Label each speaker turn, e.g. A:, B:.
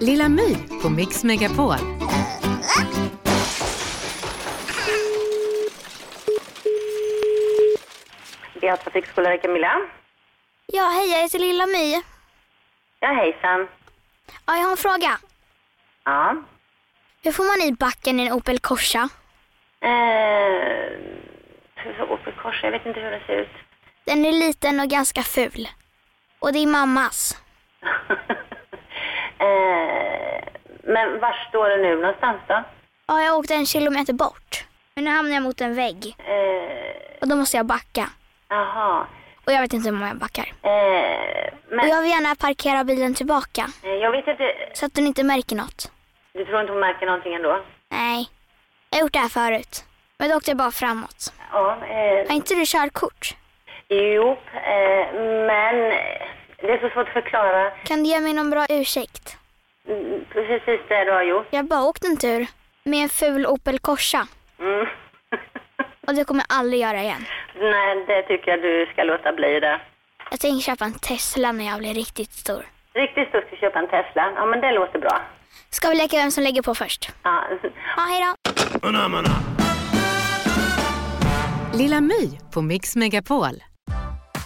A: Lilla My på Mix Megapol.
B: Beata trafikskola Camilla.
C: Ja, hej, jag heter Lilla My.
B: Ja, hejsan.
C: Ja, jag har en fråga.
B: Ja.
C: Hur får man i backen i en Opel Corsa?
B: Eh, hur såg Opel Corsa? Jag vet inte hur den ser ut.
C: Den är liten och ganska ful. Och det är mammas.
B: eh, men var står den nu någonstans då?
C: Ja, jag åkte en kilometer bort. Men nu hamnar jag mot en vägg
B: Eh,
C: och då måste jag backa.
B: Jaha.
C: Och jag vet inte hur många jag backar.
B: eh,
C: Och
B: men
C: jag vill gärna parkera bilen tillbaka
B: eh, jag vet inte.
C: så att den inte märker något.
B: Du tror inte hon märker någonting ändå?
C: Nej, jag har gjort det här förut. Men då åkte jag bara framåt.
B: Ja. Eh,
C: Har inte du körkort?
B: jo, eh, men det är så svårt att förklara
C: Kan du ge mig någon bra ursäkt?
B: mm, precis det du har gjort.
C: Jag bara åkte en tur med en ful Opel Corsa
B: Mm.
C: och det kommer jag aldrig göra igen.
B: Nej, det tycker jag du ska låta bli det.
C: Jag tänker köpa en Tesla när jag blir riktigt stor.
B: Riktigt stort att köpa en Tesla. Ja, men det låter bra.
C: Ska vi leka vem som lägger på först?
B: Ja.
C: Ja, hej då!
A: Lilla My på Mix Megapol.